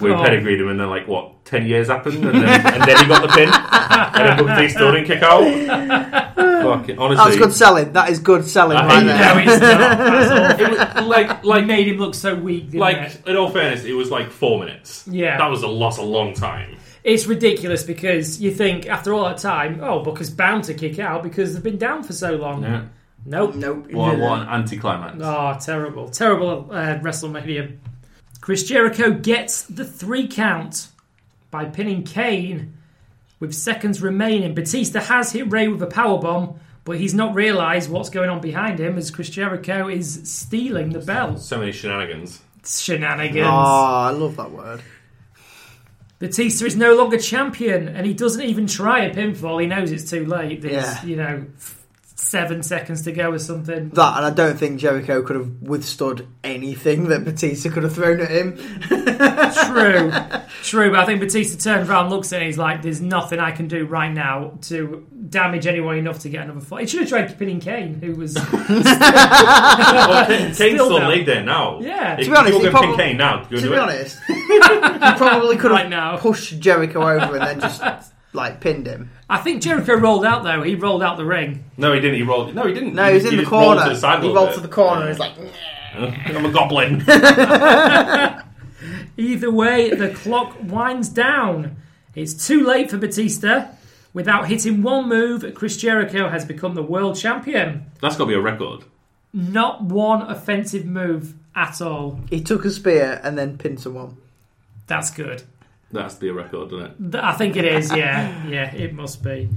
Speaker 3: We
Speaker 2: Oh.
Speaker 3: pedigreed him, and then like what ten years happened, and then, and then he got the pin, and then Booker T still didn't kick out. Fucking honestly,
Speaker 4: That's good selling. That is good selling
Speaker 3: I
Speaker 4: right
Speaker 3: think-
Speaker 2: No,
Speaker 4: there.
Speaker 2: it's not. That's
Speaker 3: It was like
Speaker 2: all.
Speaker 3: like
Speaker 2: made him look so weak. Didn't it?
Speaker 3: like in all fairness, it was like four minutes.
Speaker 2: Yeah.
Speaker 3: that was a loss, a long time.
Speaker 2: It's ridiculous because you think after all that time, oh, Booker's bound to kick out because they've been down for so long.
Speaker 3: Yeah,
Speaker 2: Nope.
Speaker 4: Nope.
Speaker 3: what what an anticlimax.
Speaker 2: Oh, terrible. Terrible uh, WrestleMania. Chris Jericho gets the three count by pinning Kane with seconds remaining. Batista has hit Ray with a powerbomb, but he's not realised what's going on behind him as Chris Jericho is stealing the belt.
Speaker 3: So many shenanigans.
Speaker 2: Shenanigans.
Speaker 4: Oh, I love that word.
Speaker 2: Batista is no longer champion, and he doesn't even try a pinfall. He knows it's too late. There's,
Speaker 4: Yeah.
Speaker 2: you know, f- seven seconds to go or something.
Speaker 4: That, and I don't think Jericho could have withstood anything that Batista could have thrown at him.
Speaker 2: True, true. But I think Batista turns around, looks at it, and he's like, "There's nothing I can do right now to damage anyone enough to get another fight." He should have tried pinning Kane, who was
Speaker 3: well, Kane's
Speaker 2: Still
Speaker 3: still,
Speaker 2: down.
Speaker 3: laid there now.
Speaker 2: Yeah.
Speaker 3: If
Speaker 2: To
Speaker 4: be honest,
Speaker 3: you're
Speaker 4: he
Speaker 3: going to
Speaker 4: probably-
Speaker 3: pin Kane now. Go
Speaker 4: to
Speaker 3: do
Speaker 4: be
Speaker 3: it.
Speaker 4: honest, he probably could have
Speaker 2: Right now.
Speaker 4: pushed Jericho over and then just like pinned him.
Speaker 2: I think Jericho rolled out though. He rolled out the ring.
Speaker 3: No, he didn't. He rolled. No, he didn't.
Speaker 4: No, he was in the
Speaker 3: just rolled
Speaker 4: corner.
Speaker 3: To the side a
Speaker 4: he
Speaker 3: little
Speaker 4: rolled
Speaker 3: bit.
Speaker 4: to the corner and he's like,
Speaker 3: I'm a goblin.
Speaker 2: Either way, the clock winds down. It's too late for Batista. Without hitting one move, Chris Jericho has become the world champion.
Speaker 3: That's got to be a record.
Speaker 2: Not one offensive move at all.
Speaker 4: he took a spear and then pinned someone.
Speaker 2: That's good.
Speaker 3: That has to be a record, doesn't it?
Speaker 2: Th- I think it is, yeah. Yeah, it must be.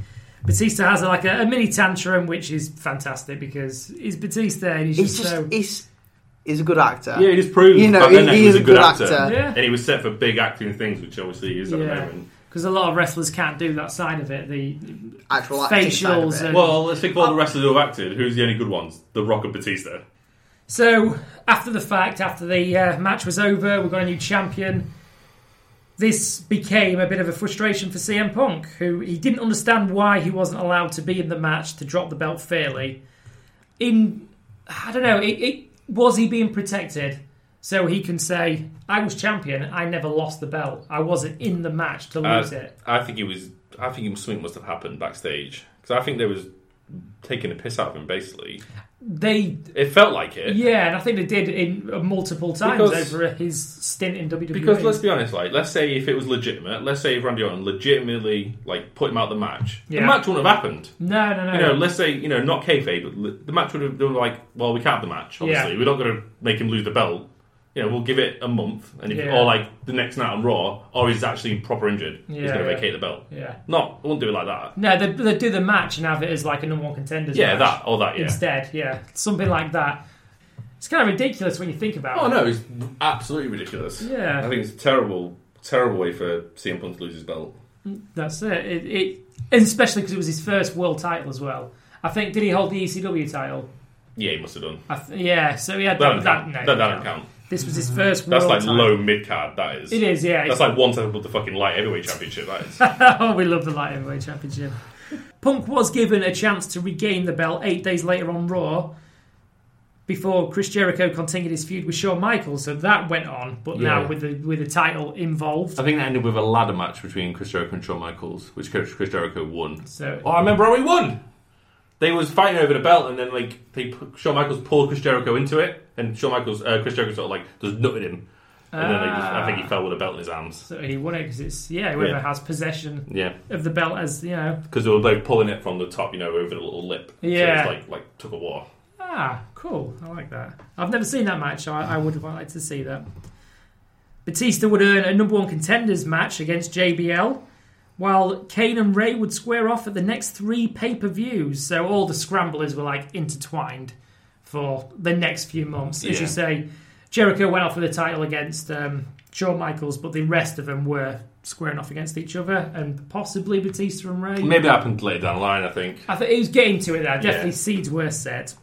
Speaker 2: Batista has like a, a mini tantrum, which is fantastic because he's Batista and he's,
Speaker 4: He's
Speaker 2: just,
Speaker 4: just
Speaker 2: so.
Speaker 4: he's he's a good actor.
Speaker 3: Yeah, he just proved.
Speaker 4: You know,
Speaker 3: back then
Speaker 4: he-
Speaker 3: that
Speaker 4: he
Speaker 3: was
Speaker 4: is
Speaker 3: a good actor,
Speaker 2: Yeah.
Speaker 3: and he was set for big acting things, which obviously he is at the
Speaker 2: Yeah.
Speaker 3: moment.
Speaker 2: Because a lot of wrestlers can't do that side of it. The
Speaker 4: Actual acting side of
Speaker 2: Facials
Speaker 4: it.
Speaker 2: and-
Speaker 3: Well, let's think of all the wrestlers who have acted. Who's the only good ones? The Rock and Batista.
Speaker 2: So, after the fact, after the uh, match was over, we got a new champion. This became a bit of a frustration for CM Punk, who he didn't understand why he wasn't allowed to be in the match to drop the belt fairly. In, I don't know, it, it was he being protected? So he can say, I was champion, I never lost the belt. I wasn't in the match to lose
Speaker 3: Uh,
Speaker 2: it.
Speaker 3: I think he was. I think he- something must have happened backstage because I think they was taking a piss out of him. Basically,
Speaker 2: They,
Speaker 3: it felt like it.
Speaker 2: yeah, and I think they did in uh, multiple times
Speaker 3: Because-
Speaker 2: over his stint in E. WWE.
Speaker 3: Because let's be honest, like let's say if it was legitimate, let's say if Randy Orton legitimately like put him out the match,
Speaker 2: Yeah.
Speaker 3: the match wouldn't have happened.
Speaker 2: no, no, no.
Speaker 3: You know, let's say you know not kayfabe, but le- the match would have they were like, well, we can't have the match. Obviously,
Speaker 2: Yeah.
Speaker 3: we're not going to make him lose the belt. You know, we'll give it a month, and if,
Speaker 2: Yeah.
Speaker 3: or like the next night on Raw, or he's actually proper injured, he's
Speaker 2: Yeah,
Speaker 3: going to
Speaker 2: yeah.
Speaker 3: vacate the belt.
Speaker 2: yeah.
Speaker 3: Not, I wouldn't do it like that.
Speaker 2: No, they, they do the match and have it as like a number one contenders.
Speaker 3: Yeah,
Speaker 2: match
Speaker 3: that or that. Yeah.
Speaker 2: instead. Yeah, something like that. It's kind of ridiculous when you think about
Speaker 3: Oh
Speaker 2: it.
Speaker 3: no, it's absolutely ridiculous.
Speaker 2: Yeah.
Speaker 3: I think it's a terrible, terrible way for CM Punk to lose his belt.
Speaker 2: That's it. It, it and especially because it was his first world title as well. I think did he hold the ECW title?
Speaker 3: Yeah, he must have done.
Speaker 2: I th- yeah, so he had
Speaker 3: That don't
Speaker 2: that.
Speaker 3: count.
Speaker 2: no,
Speaker 3: That, that don't count.
Speaker 2: This was his first.
Speaker 3: That's
Speaker 2: world
Speaker 3: like
Speaker 2: title.
Speaker 3: low mid card. That is.
Speaker 2: It is, yeah.
Speaker 3: That's
Speaker 2: It's,
Speaker 3: like one step above the fucking light heavyweight championship. That is.
Speaker 2: oh, we love the light heavyweight championship. Punk was given a chance to regain the belt eight days later on Raw. Before Chris Jericho continued his feud with Shawn Michaels, so that went on, but now
Speaker 3: Yeah.
Speaker 2: with the with the title involved.
Speaker 3: I think that ended with a ladder match between Chris Jericho and Shawn Michaels, which Chris Chris Jericho won.
Speaker 2: So
Speaker 3: Oh, I remember how he won. They was fighting over the belt, and then like they pu- Shawn Michaels pulled Chris Jericho into it, and Shawn Michaels, uh, Chris Jericho sort of like just nutted him, and then they just, I think he fell with a belt in his hands.
Speaker 2: So he won it because it's yeah, whoever
Speaker 3: Yeah.
Speaker 2: has possession
Speaker 3: Yeah,
Speaker 2: of the belt as you know
Speaker 3: because they were like pulling it from the top, you know, over the little lip.
Speaker 2: Yeah.
Speaker 3: so it's like like took a war.
Speaker 2: ah cool. I like that. I've never seen that match. So I, I would quite like to see that. Batista would earn a number one contenders match against JBL, while Kane and Ray would square off at the next three pay per views. So all the scramblers were like intertwined for the next few months, as
Speaker 3: Yeah.
Speaker 2: you say. Jericho went off with the title against um, Shawn Michaels, but the rest of them were squaring off against each other, and possibly Batista and Ray.
Speaker 3: Maybe that happened later down the line. I think.
Speaker 2: I think it was getting to it there. Definitely
Speaker 3: Yeah.
Speaker 2: seeds were set.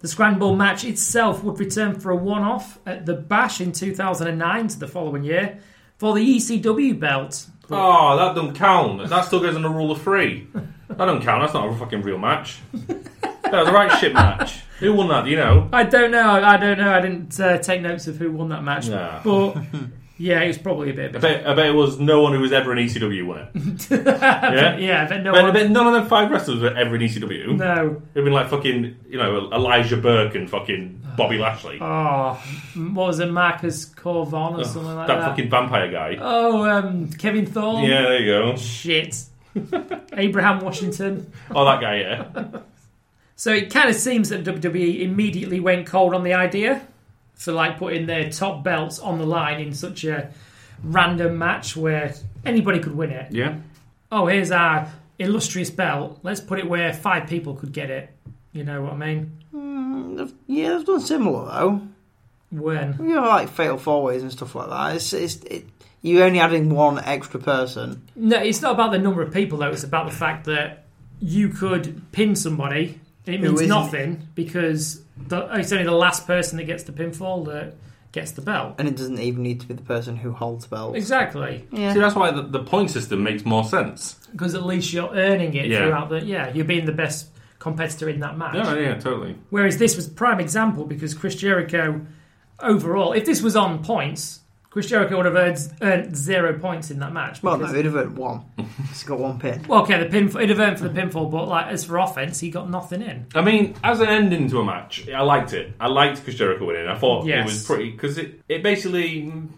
Speaker 2: The Scramble match itself would return for a one off at the Bash in 2009 to the following year for the ECW belt.
Speaker 3: Oh, that don't count. That still goes on the rule of three. That don't count. That's not a fucking real match. That was a right shit match. Who won that? Do you know?
Speaker 2: I don't know. I don't know. I didn't uh, take notes of who won that match.
Speaker 3: Nah.
Speaker 2: But Yeah, it was probably a bit.
Speaker 3: I bet, I bet it was no one who was ever E in ECW won it. yeah?
Speaker 2: yeah, but no
Speaker 3: I bet, I
Speaker 2: one.
Speaker 3: bet none of them five wrestlers were ever in E ECW.
Speaker 2: No.
Speaker 3: It'd been like fucking, you know, Elijah Burke and fucking Bobby Lashley.
Speaker 2: Oh, m- what was it, Marcus Corvon or something like
Speaker 3: that,
Speaker 2: that?
Speaker 3: fucking vampire guy.
Speaker 2: Oh, um, Kevin Thorne.
Speaker 3: Yeah, there you go.
Speaker 2: Shit. Abraham Washington.
Speaker 3: Oh, that guy, yeah.
Speaker 2: So it kind of seems that WWE immediately went cold on the idea for like putting their top belts on the line in such a random match where anybody could win it.
Speaker 3: Yeah.
Speaker 2: Oh, here's our illustrious belt. Let's put it where five people could get it. You know what I mean?
Speaker 4: They've- Yeah, they've done similar though.
Speaker 2: When?
Speaker 4: You know, like fatal four ways and stuff like that. It's it's it, you're only adding one extra person.
Speaker 2: No, it's not about the number of people though. It's about the fact that you could pin somebody. It
Speaker 4: Who
Speaker 2: means
Speaker 4: isn't-
Speaker 2: nothing because the, it's only the last person that gets the pinfall that gets the belt.
Speaker 4: And it doesn't even need to be the person who holds belts.
Speaker 2: Exactly,
Speaker 4: Yeah.
Speaker 3: See, that's why the, the point system makes more sense.
Speaker 2: because at least you're earning it
Speaker 3: Yeah.
Speaker 2: throughout the. Yeah, you're being the best competitor in that match.
Speaker 3: Yeah, yeah, totally.
Speaker 2: Whereas this was prime example because Chris Jericho, overall, if this was on points, Chris Jericho would have earned, earned zero points in that match.
Speaker 4: Well, no,
Speaker 2: because-
Speaker 4: he'd have had one. He's got one pin.
Speaker 2: Well, okay, the pin he'd have earned for the pinfall, but like as for offense, he got nothing in.
Speaker 3: I mean, as an ending to a match, I liked it. I liked Chris Jericho winning. I thought
Speaker 2: Yes.
Speaker 3: it was pretty because it, it basically mm,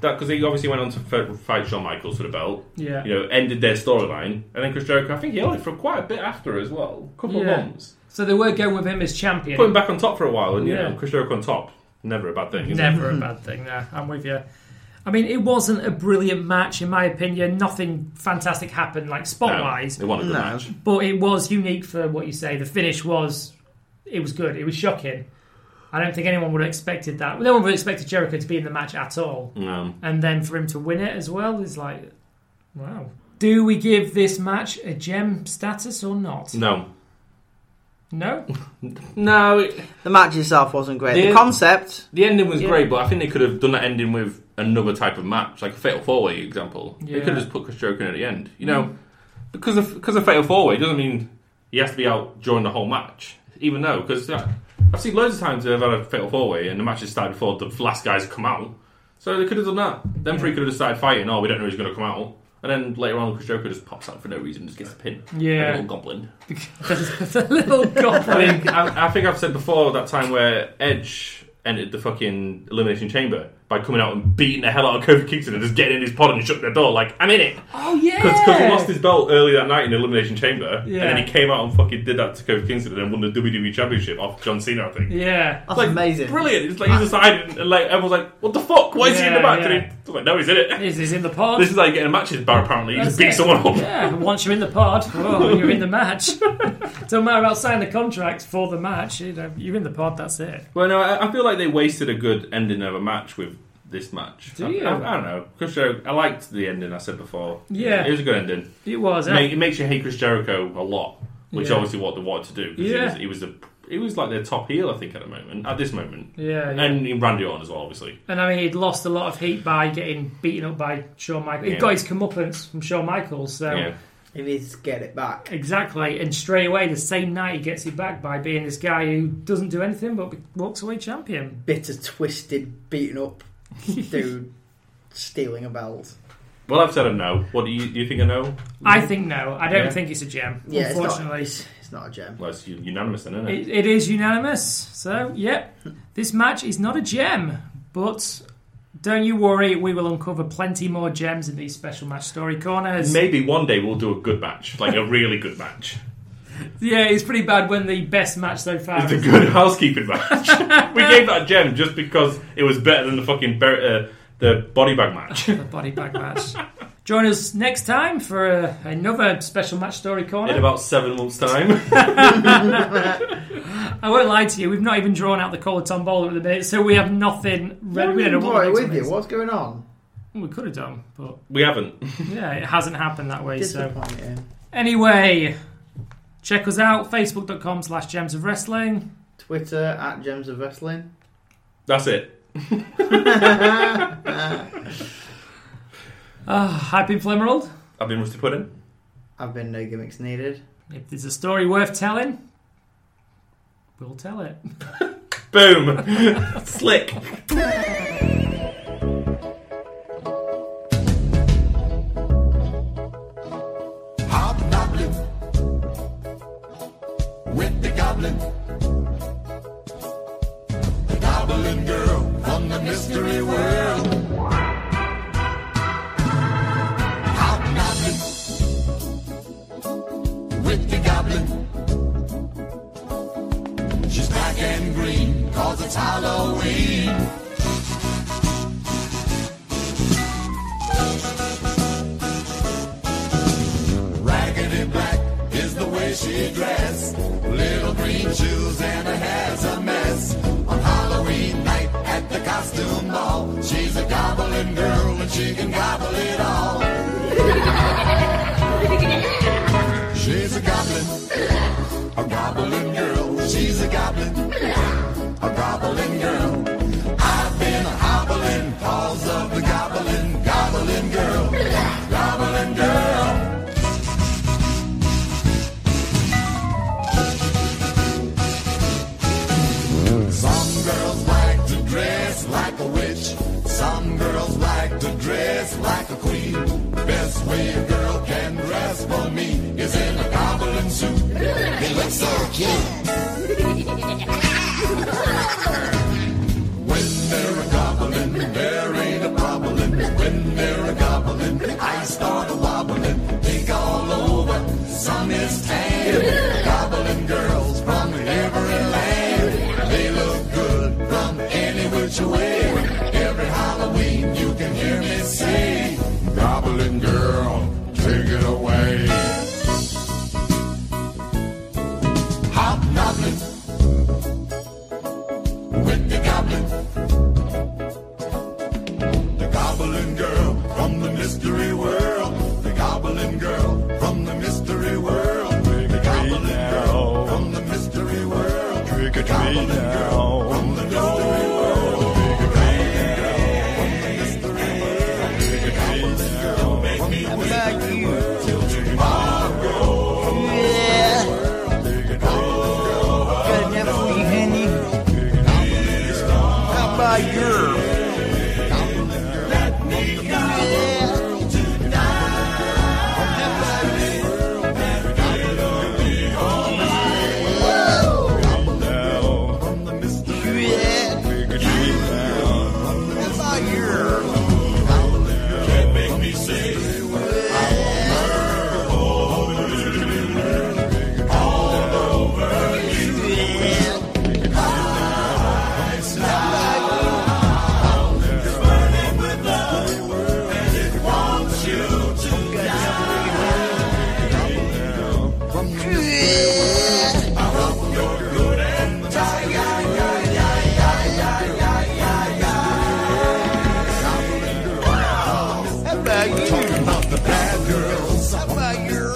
Speaker 3: that because he obviously went on to f- fight Shawn Michaels for the belt.
Speaker 2: Yeah.
Speaker 3: you know, ended their storyline, and then Chris Jericho. I think he held it for quite a bit after as well, a couple
Speaker 2: Yeah.
Speaker 3: of months.
Speaker 2: So they were going with him as champion.
Speaker 3: Put him back on top for a while, and you
Speaker 2: Yeah.
Speaker 3: know, Chris Jericho on top, never a bad thing. Is
Speaker 2: Never a bad thing. There, I'm with you. I mean, it wasn't a brilliant match in my opinion. Nothing fantastic happened, like
Speaker 3: it?
Speaker 2: spot wise,
Speaker 3: No, it wasn't a good
Speaker 4: No.
Speaker 3: match.
Speaker 2: but it was unique for what you say. The finish was, it was good. It was shocking. I don't think anyone would have expected that. No one would have expected Jericho to be in the match at all.
Speaker 3: No.
Speaker 2: and then for him to win it as well is like, wow. Do we give this match a gem status or not?
Speaker 3: No,
Speaker 2: No.
Speaker 3: no. It,
Speaker 4: The match itself wasn't great.
Speaker 3: Yeah.
Speaker 4: The concept,
Speaker 3: the ending was
Speaker 2: Yeah.
Speaker 3: great, but I think they could have done that ending with another type of match, like a fatal four way example. They could
Speaker 2: Yeah. Mm.
Speaker 3: have just put Chris Jericho in at the end, you know, because of, because a fatal four way doesn't mean he has to be out during the whole match, even though because I've seen loads of times they've had a fatal four way and the match has started before the last guys have come out, so they could have done that. Then three could have just started fighting. Oh, we don't know who's going to come out. And then later on, Chris Jericho just pops out for no reason, just gets a pin.
Speaker 2: Yeah.
Speaker 3: Like a little goblin.
Speaker 2: the little
Speaker 3: I
Speaker 2: goblin.
Speaker 3: think I, I think I've said before that time where Edge entered the fucking elimination chamber by coming out and beating the hell out of Kofi Kingston and just getting in his pod and shutting the door like I'm in it
Speaker 2: Oh yeah.
Speaker 3: because he lost his belt early that night in the elimination chamber
Speaker 2: Yeah.
Speaker 3: and then he came out and fucking did that to Kofi Kingston and then won the WWE Championship off John Cena I think.
Speaker 2: Yeah.
Speaker 4: that's
Speaker 3: Like,
Speaker 4: amazing.
Speaker 3: brilliant! It's like he's decided, and like everyone's like, "What the fuck? Why is he in the
Speaker 2: Yeah,
Speaker 3: match?"
Speaker 2: yeah.
Speaker 3: And he's like, "No, he's in it."
Speaker 2: Is is in the pod.
Speaker 3: This is like getting a matches bar. Apparently, you just
Speaker 2: That's
Speaker 3: beat
Speaker 2: it.
Speaker 3: someone up.
Speaker 2: Yeah. Once you're in the pod, oh, you're in the match. Don't matter about signing the contract for the match. You know, you're in the pod. That's it.
Speaker 3: Well, no, I, I feel like they wasted a good ending of a match with this match.
Speaker 2: Do
Speaker 3: I,
Speaker 2: you?
Speaker 3: I, I don't know. Chris Jericho, I liked the ending I said before.
Speaker 2: Yeah.
Speaker 3: it was a good ending.
Speaker 2: It was.
Speaker 3: It,
Speaker 2: eh?
Speaker 3: make, it makes you hate Chris Jericho a lot, which
Speaker 2: Yeah.
Speaker 3: obviously what they wanted to do. 'cause
Speaker 2: Yeah.
Speaker 3: he was, he was the he was like their top heel, I think, at the moment. At this moment,
Speaker 2: yeah, yeah. And,
Speaker 3: and Randy Orton as well, obviously.
Speaker 2: I mean, he'd lost a lot of heat by getting beaten up by Shawn Michaels. He
Speaker 3: Yeah.
Speaker 2: got his comeuppance from Shawn Michaels. So.
Speaker 3: yeah,
Speaker 4: He needs to get it back.
Speaker 2: Exactly, and straight away the same night he gets it back by being this guy who doesn't do anything but walks away champion.
Speaker 4: Bitter, twisted, beaten up dude stealing a belt.
Speaker 3: well, I've said a no. What do you, do you think? A no?
Speaker 2: I think no, I don't
Speaker 3: Yeah.
Speaker 2: think it's a gem.
Speaker 4: Yeah, it's not,
Speaker 2: unfortunately,
Speaker 4: it's, it's not a gem.
Speaker 3: Well, it's u- unanimous, then, isn't it?
Speaker 2: it, it is unanimous. So, yep, this match is not a gem, but don't you worry, we will uncover plenty more gems in these special match story corners.
Speaker 3: Maybe one day we'll do a good match, like a really good match.
Speaker 2: Yeah, it's pretty bad when the best match so far.
Speaker 3: It's a
Speaker 2: is-
Speaker 3: good housekeeping match. we gave that a gem just because it was better than the fucking ber- uh, the body bag match.
Speaker 2: the body bag match. Join us next time for uh, another special match story corner.
Speaker 3: In about seven months' time.
Speaker 2: I won't lie to you, we've not even drawn out the colour tombola at the minute, so we have nothing ready. we don't know what the
Speaker 4: Right,
Speaker 2: next
Speaker 4: with
Speaker 2: one
Speaker 4: you.
Speaker 2: is.
Speaker 4: What's going on?
Speaker 2: We could have done, but
Speaker 3: we haven't.
Speaker 2: yeah, it hasn't happened that way. So
Speaker 4: Disappointing.
Speaker 2: anyway, check us out, facebook.com slash gems of wrestling.
Speaker 4: Twitter at Gems of Wrestling.
Speaker 3: That's it.
Speaker 2: Ah, I've been Flimerold.
Speaker 3: I've been Rusty Pudding.
Speaker 4: I've been no gimmicks needed.
Speaker 2: If there's a story worth telling, we'll tell it.
Speaker 3: Boom. Slick.
Speaker 5: goblin. Goblin girl from the mystery world. Hobgoblin with the goblin. She's black and green, cause it's Halloween. Raggedy black is the way she dressed. Little green shoes and her hair's a mess. On Halloween night at the costume ball, she's a goblin girl and she can gobble it all. She's a goblin, a goblin girl. She's a goblin, a goblin girl. I've been hobbling, paws of the goblin, goblin girl, goblin girl. Some girls like to dress like a witch. Some girls like to dress like a queen. Best way a girl can dress for me is in a goblin suit. It looks so cute. when they're a goblin, there ain't a problem. When they're a goblin, I start wobbling. Pink all over, sun is tan. goblin girls from every land. They look good from any which way. Every Halloween you can hear me say, Goblin girl, take it away. Hobgoblin with the goblin. The goblin girl from the mystery world. The goblin girl from the mystery world. The goblin girl from the mystery world. The goblin girl from the mystery world. The goblin girl from the mystery world. The goblin girl from the mystery world. Till tomorrow. The goblin girl
Speaker 6: Got enough for you, honey? How about your?
Speaker 5: from the mystery world.
Speaker 6: Yeah. How about your?
Speaker 5: Can't make me say I will murder all over you. All over you. Eyes now. It's burning with love, and it wants you to die. From the mystery world, I hope you're good and
Speaker 6: How about you?
Speaker 5: Talking about the bad girls.
Speaker 6: How about your?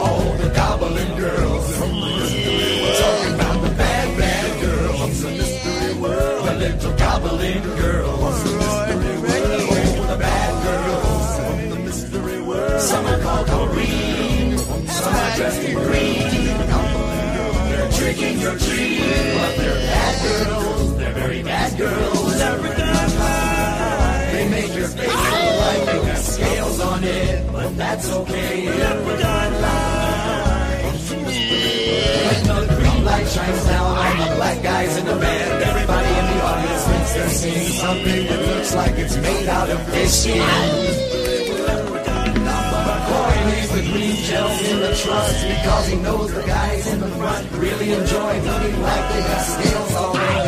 Speaker 5: All the goblin girls from the mystery world. Talking about the bad, bad girls from the mystery world. The little goblin girls from the mystery world. Oh, the bad girls from the mystery world. Some are called Corrine, some are dressed in green. They're tricking your tree, but they're bad girls. They're very bad girls. Every time they make your face look like they got scales on it, but that's okay. Leopard when the green light shines down on the black guys in the band. Everybody in the audience thinks they're seeing something that looks like it's made out of fish skin. But Corey leaves the green gels in the trust because he knows the guys in the front really enjoy looking like they got scales on it.